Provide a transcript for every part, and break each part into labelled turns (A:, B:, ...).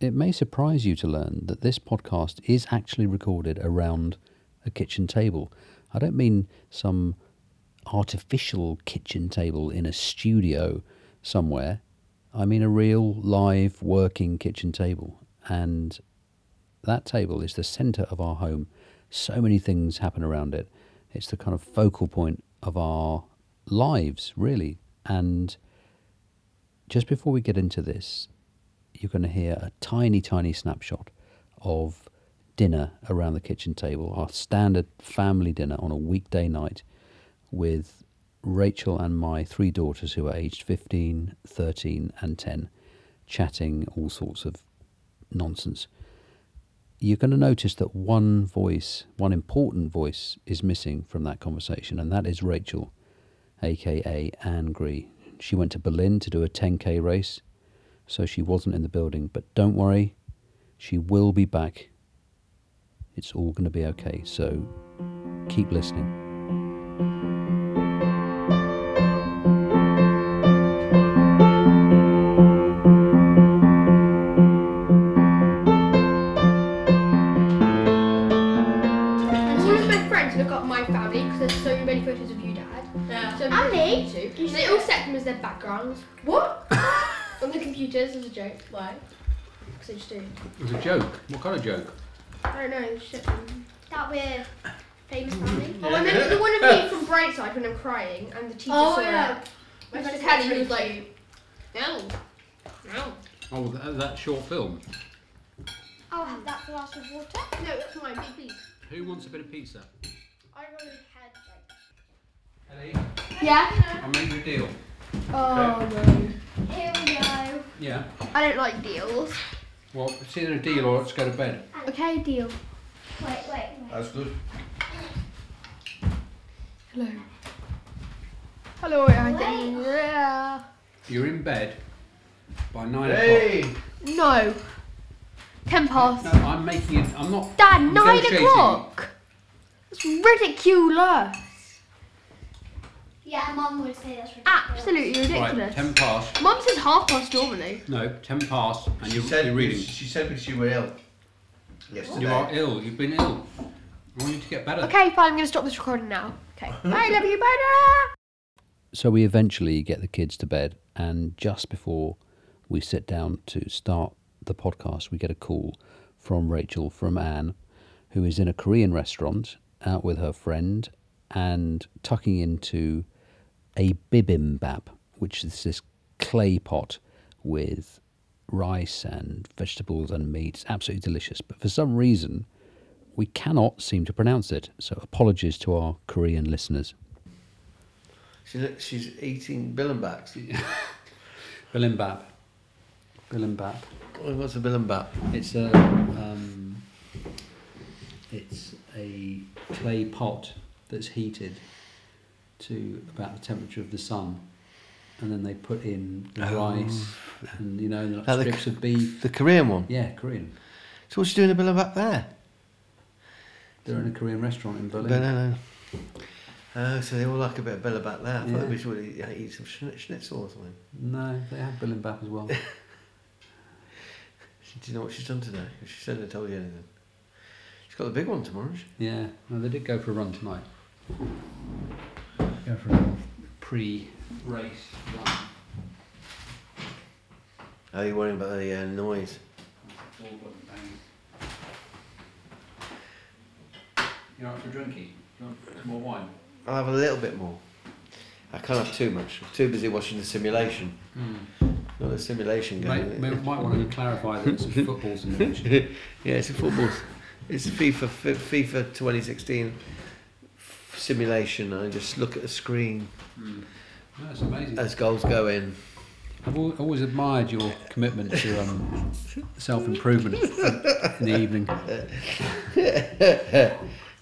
A: it may surprise you to learn that this podcast is actually recorded around a kitchen table. I don't mean some artificial kitchen table in a studio somewhere. I mean a real, live, working kitchen table. And that table is the center of our home. So many things happen around it. It's the kind of focal point of our lives, really. And just before we get into this, you're going to hear a tiny, tiny snapshot of dinner around the kitchen table, our standard family dinner on a weekday night with Rachel and my three daughters, who are aged 15, 13, and 10, chatting all sorts of nonsense. You're going to notice that one voice, one important voice, is missing from that conversation, and that is Rachel, aka Anne Gree. She went to Berlin to do a 10k race, so she wasn't in the building. But don't worry, she will be back. It's all going to be okay, so keep listening.
B: And all of my friends look up my family because there's so many photos of you, Dad.
C: Yeah.
B: So many
D: And me.
B: photos of you two. And they all set them as their backgrounds
C: What?
B: on the computers as a joke
C: Why?
B: because I just do.
E: It was a joke. What kind of joke?
B: I don't know. Shit.
D: That we're famous family.
B: Oh, and then Oh, the one of me from Brightside when I'm crying and the teacher
C: Oh,
B: saw
C: yeah.
B: it.
C: My
B: My friend
C: sister's
B: Kelly
C: really
B: was like, no, no.
E: Oh, that, that short film.
D: I'll have that glass of water.
B: No, that's mine. Big please.
E: Who wants a bit of pizza?
D: I already had like.
E: Ellie,
B: Yeah.
E: I made you a deal.
B: Oh no.
D: Here we go.
E: Yeah.
B: I don't like deals.
E: Well, it's either a deal or let's go to bed.
B: Okay, deal.
D: Wait, wait, wait.
E: That's good.
B: Hello. Hello, I
D: Wait.
B: Yeah.
E: You're in bed by nine
B: No. Ten past.
E: o'clock. No, I'm making it. I'm not.
B: Dad, nine
E: negotiating.
B: o'clock. That's ridiculous.
D: Yeah, Mum would say that's ridiculous.
B: Absolutely
E: Right,
B: ridiculous.
E: ten past.
B: Mum says half past normally.
E: No, ten past, and
F: She
E: you're,
F: said
E: you're reading.
F: She said because you were ill. Yesterday.
E: You are ill. You've been ill. I want you to get better.
B: Okay, fine. I'm gonna stop this recording now. Okay. Bye, love you. Bye.
A: So we eventually get the kids to bed, and just before we sit down to start the podcast, we get a call from Rachel from Anne, who is in a Korean restaurant out with her friend and tucking into a bibimbap, which is this clay pot with rice and vegetables and meat. It's absolutely delicious, but for some reason, we cannot seem to pronounce it. So apologies to our Korean listeners.
F: She look, she's eating billenbats.
E: Bilimbap. Bilimbap.
F: Oh, What's a billenbat?
A: It's a um, it's a clay pot that's heated to about the temperature of the sun, and then they put in rice and you know like
F: Like Oh. the
A: strips
F: c-
A: of beef.
F: The Korean one.
A: Yeah, Korean.
F: So what's she doing a billenbat there?
A: They're in a Korean restaurant in Berlin.
F: Banana. Oh, so they all like a bit of billenbat there. I
A: Yeah.
F: thought we should eat, eat some schni- schnitzel or something.
A: No, they have bibimbap as well.
F: Do you know what she's done today? She said I told you anything. She's got the big one tomorrow. hasn't she?
A: yeah, no, they did go for a run tonight. Go for a pre-race run.
F: Are you worrying about the uh, noise?
E: You're up for drinking. You want more wine?
F: I'll have a little bit more. I can't have too much. I'm too busy watching the simulation. Not the simulation game.
E: Might, Hmm. might want to clarify that it's a football simulation.
F: yeah, it's a football. It's a FIFA F- FIFA 2016 f- simulation. I just look at the screen
E: No, it's amazing.
F: as goals go in.
E: I've al- always admired your commitment to um, self improvement in the evening.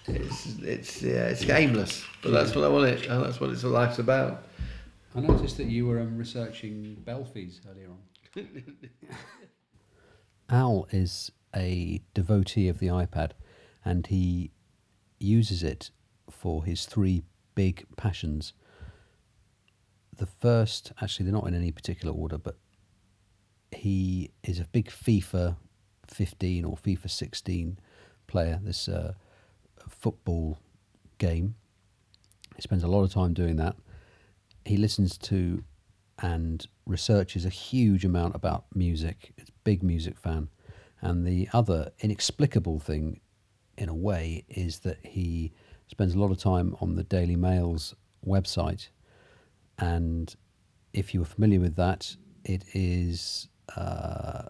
F: it's it's yeah, it's aimless, but that's what I want it. And that's what it's life's about.
E: I noticed that you were um, researching Belfies earlier on.
A: Al is a devotee of the iPad and he uses it for his three big passions. The first, actually, they're not in any particular order, but he is a big FIFA 15 or FIFA 16 player, this uh, football game. He spends a lot of time doing that. He listens to and researches a huge amount about music. It's a big music fan. And the other inexplicable thing, in a way, is that he spends a lot of time on the Daily Mail's website. And if you are familiar with that, it is uh,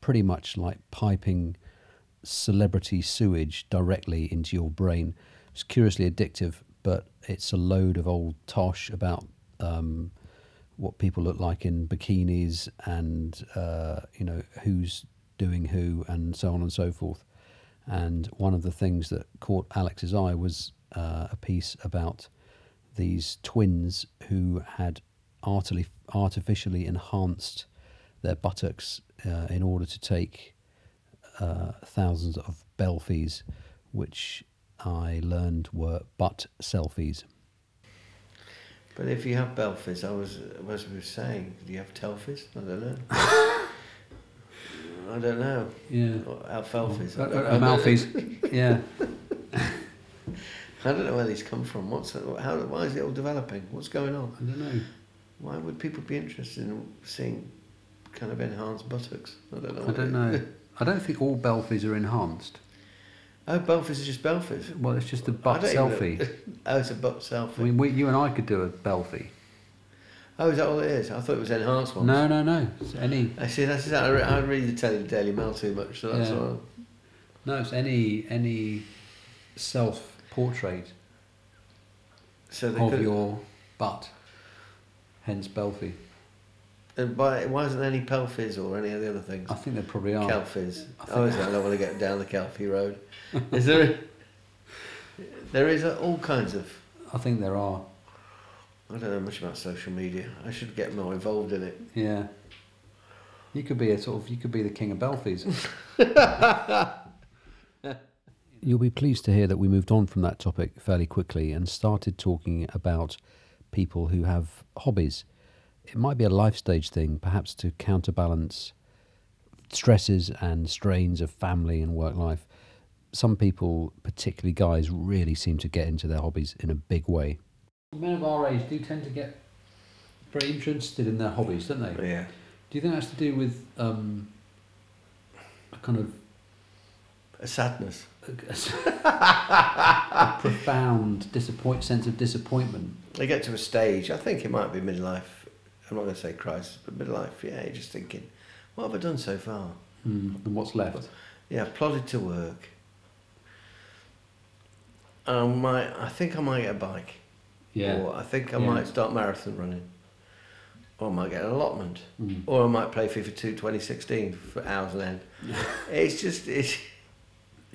A: pretty much like piping celebrity sewage directly into your brain. It's curiously addictive, but it's a load of old tosh about um, what people look like in bikinis and uh, you know who's doing who and so on and so forth. And one of the things that caught Alex's eye was uh, a piece about these twins who had artily, artificially enhanced their buttocks uh, in order to take uh, thousands of belfies, which I learned were butt selfies.
F: But if you have Belfast, I was as we were saying, do you have Telfast? I don't know. I don't know.
E: Yeah.
F: Or Alfalfas.
E: Uh,
F: I,
E: uh,
F: don't
E: uh,
F: know.
E: Malfi's. Yeah.
F: I don't know where these come from. What's how? Why is it all developing? What's going on?
E: I don't know.
F: Why would people be interested in seeing kind of enhanced buttocks? I don't know.
E: I don't know. I don't think all Belfies are enhanced.
F: oh, Belfast is just Belfast.
E: Well, it's just a butt
F: I don't
E: selfie.
F: even- oh, it's a butt selfie.
E: I mean, we, you and I could do a Belfie.
F: oh, is that all it is? I thought it was enhanced ones.
E: No, no, no. It's any.
F: I see. That's I, re- I read the Daily- Daily Mail too much, so that's
E: Yeah.
F: all.
E: No, it's any any self portrait
F: So they
E: of
F: could.
E: your butt. Hence Belfie.
F: And why, uh, why isn't there any pelfizz or any of the other things?
E: I think there probably are.
F: Kelfies.
E: I think-
F: Oh, is there? I don't want to get down the Kelfie road. Is there? there is uh, all kinds of.
E: I think there are.
F: I don't know much about social media. I should get more involved in it.
E: Yeah. You could be a sort of. You could be the king of Belfies.
A: You'll be pleased to hear that we moved on from that topic fairly quickly and started talking about people who have hobbies. It might be a life stage thing, perhaps to counterbalance stresses and strains of family and work life. Some people, particularly guys, really seem to get into their hobbies in a big way.
E: Men of our age do tend to get very interested in their hobbies, don't they?
F: Yeah.
E: Do you think that's to do with um, a kind of
F: A sadness.
E: a, profound disappoint sense of disappointment?
F: They get to a stage. I think it might be midlife. I'm not going to say crisis, but midlife. Yeah, you're just thinking, what have I done so far?
E: And mm, what's left?
F: Yeah, I've plodded to work. And I might. I think I might get a bike. Or I think I
E: Yeah.
F: might start marathon running. Or I might get an allotment.
E: Mm.
F: Or I might play FIFA 2 2016 for hours on end. it's just, it's,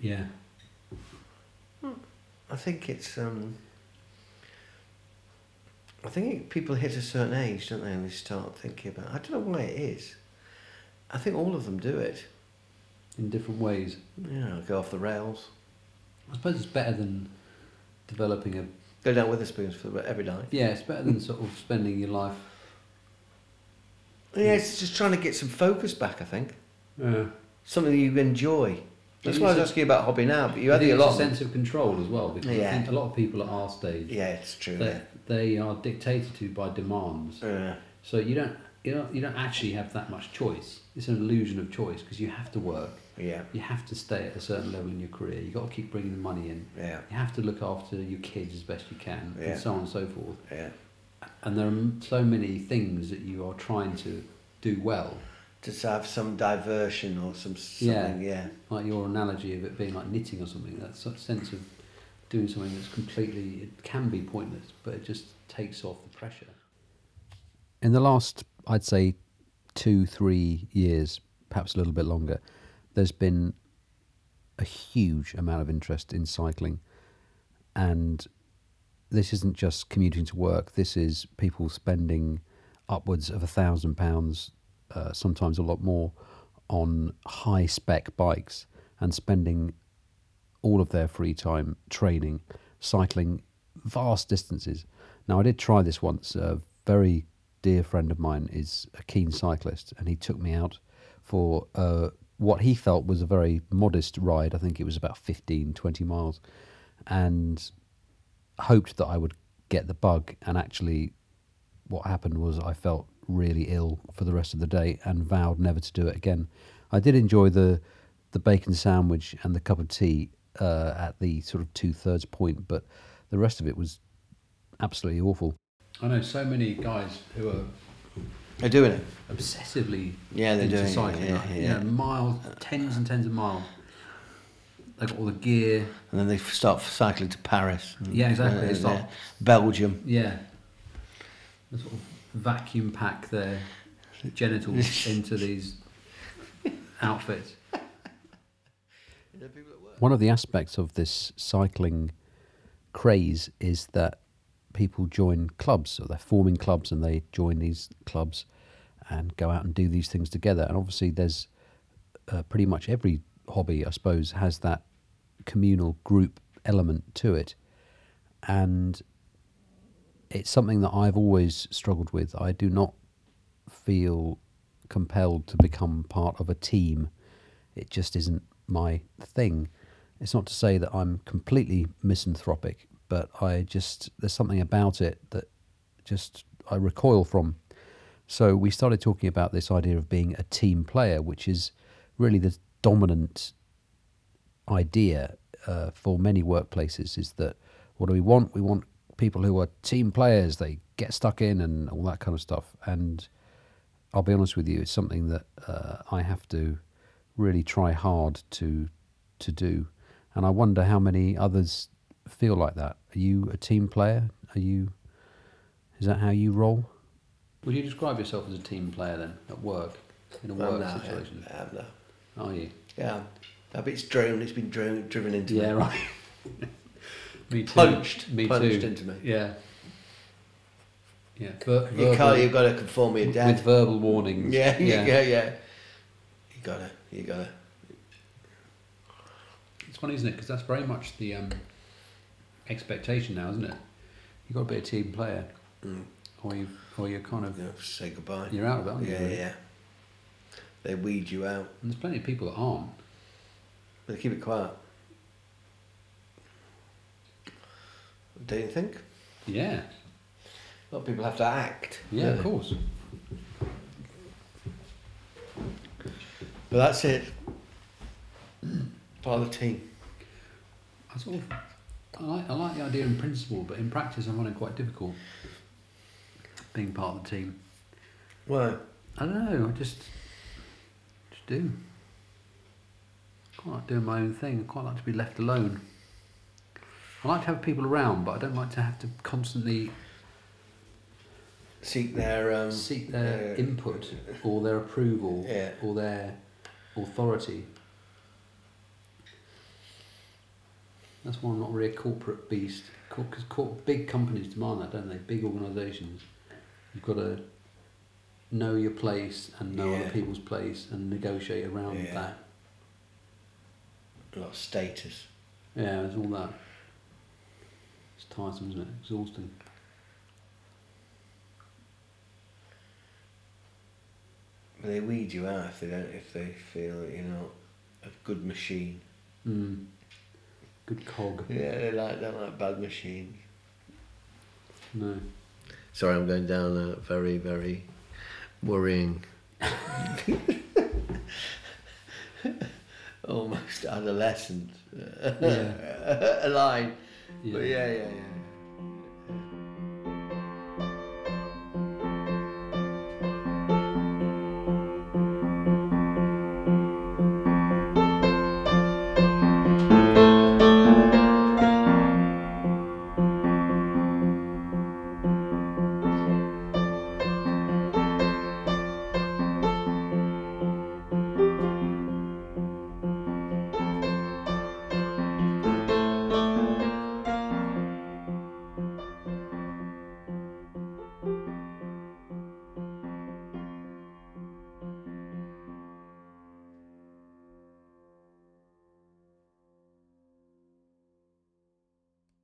E: Yeah.
F: I think it's, um, I think people hit a certain age, don't they, and they start thinking about, I don't know why it is. I think all of them do it.
E: In different ways.
F: You know, go off the rails.
E: I suppose it's better than developing a.
F: Go down Witherspoons for the, every night.
E: Yeah, it's better than sort of spending your life.
F: Yeah, it's just trying to get some focus back, I think.
E: Yeah.
F: Something you enjoy. That's why I was
E: It's a-
F: asking you about hobby now, but you
E: I
F: had
E: think
F: the
E: it's a
F: allotment.
E: sense of control as well because I
F: Yeah.
E: think a lot of people at our stage
F: Yeah, it's true.
E: they, they are dictated to by demands.
F: Yeah.
E: So you don't you don't you don't actually have that much choice. It's an illusion of choice because you have to work.
F: Yeah,
E: You have to stay at a certain level in your career. You've got to keep bringing the money in.
F: yeah,
E: You have to look after your kids as best you can,
F: Yeah.
E: and so on and so forth.
F: yeah.
E: And there are m- so many things that you are trying to do well.
F: Just have some diversion or some something. Yeah,
E: Like your analogy of it being like knitting or something, that sort of sense of doing something that's completely, it can be pointless, but it just takes off the pressure.
A: in the last, I'd say, two, three years, perhaps a little bit longer, there's been a huge amount of interest in cycling. And this isn't just commuting to work, this is people spending upwards of a thousand pounds, uh, sometimes a lot more, on high spec bikes and spending all of their free time training, cycling vast distances. Now, I did try this once. A very dear friend of mine is a keen cyclist, and he took me out for a what he felt was a very modest ride. I think it was about 15, 20 miles, and hoped that I would get the bug. And actually, what happened was I felt really ill for the rest of the day and vowed never to do it again. I did enjoy the the bacon sandwich and the cup of tea uh, at the sort of two thirds point, but the rest of it was absolutely awful.
E: I know so many guys who are
F: They're doing it.
E: obsessively
F: Yeah, they're
E: into
F: doing it,
E: cycling.
F: yeah,
E: like, You
F: yeah.
E: know, miles, tens and tens of miles. They got all the gear.
F: And then they f- start cycling to Paris. and-
E: Yeah, exactly,
F: and-
E: it's
F: and,
E: like-
F: uh, Belgium.
E: Yeah, the sort of vacuum pack their genitals into these outfits.
A: One of the aspects of this cycling craze is that people join clubs, so they're forming clubs and they join these clubs and go out and do these things together. And obviously, there's uh, pretty much every hobby, I suppose, has that communal group element to it. And it's something that I've always struggled with. I do not feel compelled to become part of a team. It just isn't my thing. It's not to say that I'm completely misanthropic, but I just, there's something about it that just I recoil from. So we started talking about this idea of being a team player, which is really the dominant idea uh, for many workplaces is that what do we want? We want people who are team players. They get stuck in and all that kind of stuff. And I'll be honest with you, it's something that uh, I have to really try hard to to do. And I wonder how many others feel like that. Are you a team player? Are you? Is that how you roll?
E: Would you describe yourself as a team player then at work in a work
F: now,
E: situation?
F: Yeah, I'm now.
E: Are you?
F: yeah. Uh, but it's driven, it's been driven, driven into me.
E: Yeah, right. me too.
F: Punched-
E: me
F: punched
E: too.
F: into me.
E: Yeah. Yeah. Ver-
F: You can't,
E: verbal-
F: you've got to conform with your dad.
E: With verbal warnings.
F: yeah, yeah, yeah, yeah. You got to, you got to.
E: It's funny, isn't it? Because that's very much the um, expectation now, isn't it? You've got to be a team player,
F: Mm.
E: or you, or you're kind of
F: You know, say goodbye.
E: you're out of it. Aren't you,
F: yeah,
E: really?
F: yeah. They weed you out.
E: And there's plenty of people that aren't.
F: They keep it quiet. Don't you think?
E: Yeah.
F: A lot of people have to act.
E: Yeah,
F: don't
E: of
F: they?
E: course.
F: But that's it. Part of the team.
E: I sort of, I like, I like the idea in principle, but in practice, I find it quite difficult being part of the team.
F: Why?
E: I don't know. I just, just do. Quite like doing my own thing. I quite like to be left alone. I like to have people around, but I don't like to have to constantly
F: Seek their um,
E: seek their
F: uh,
E: input or their approval
F: Yeah.
E: or their authority. That's why I'm not really a corporate beast. Because big companies demand that, don't they? Big organisations. You've got to know your place and know
F: Yeah.
E: other people's place and negotiate around
F: Yeah.
E: that.
F: a lot of status.
E: Yeah, there's all that. It's tiresome, isn't it? Exhausting.
F: But they weed you out if they don't. If they feel that you're not a good machine.
E: Mm. Good cog.
F: Yeah, they like they like bad machines.
E: No.
F: Sorry, I'm going down a very very worrying. Almost adolescent.
E: Yeah.
F: a line.
E: Yeah.
F: But uh, yeah, yeah, yeah.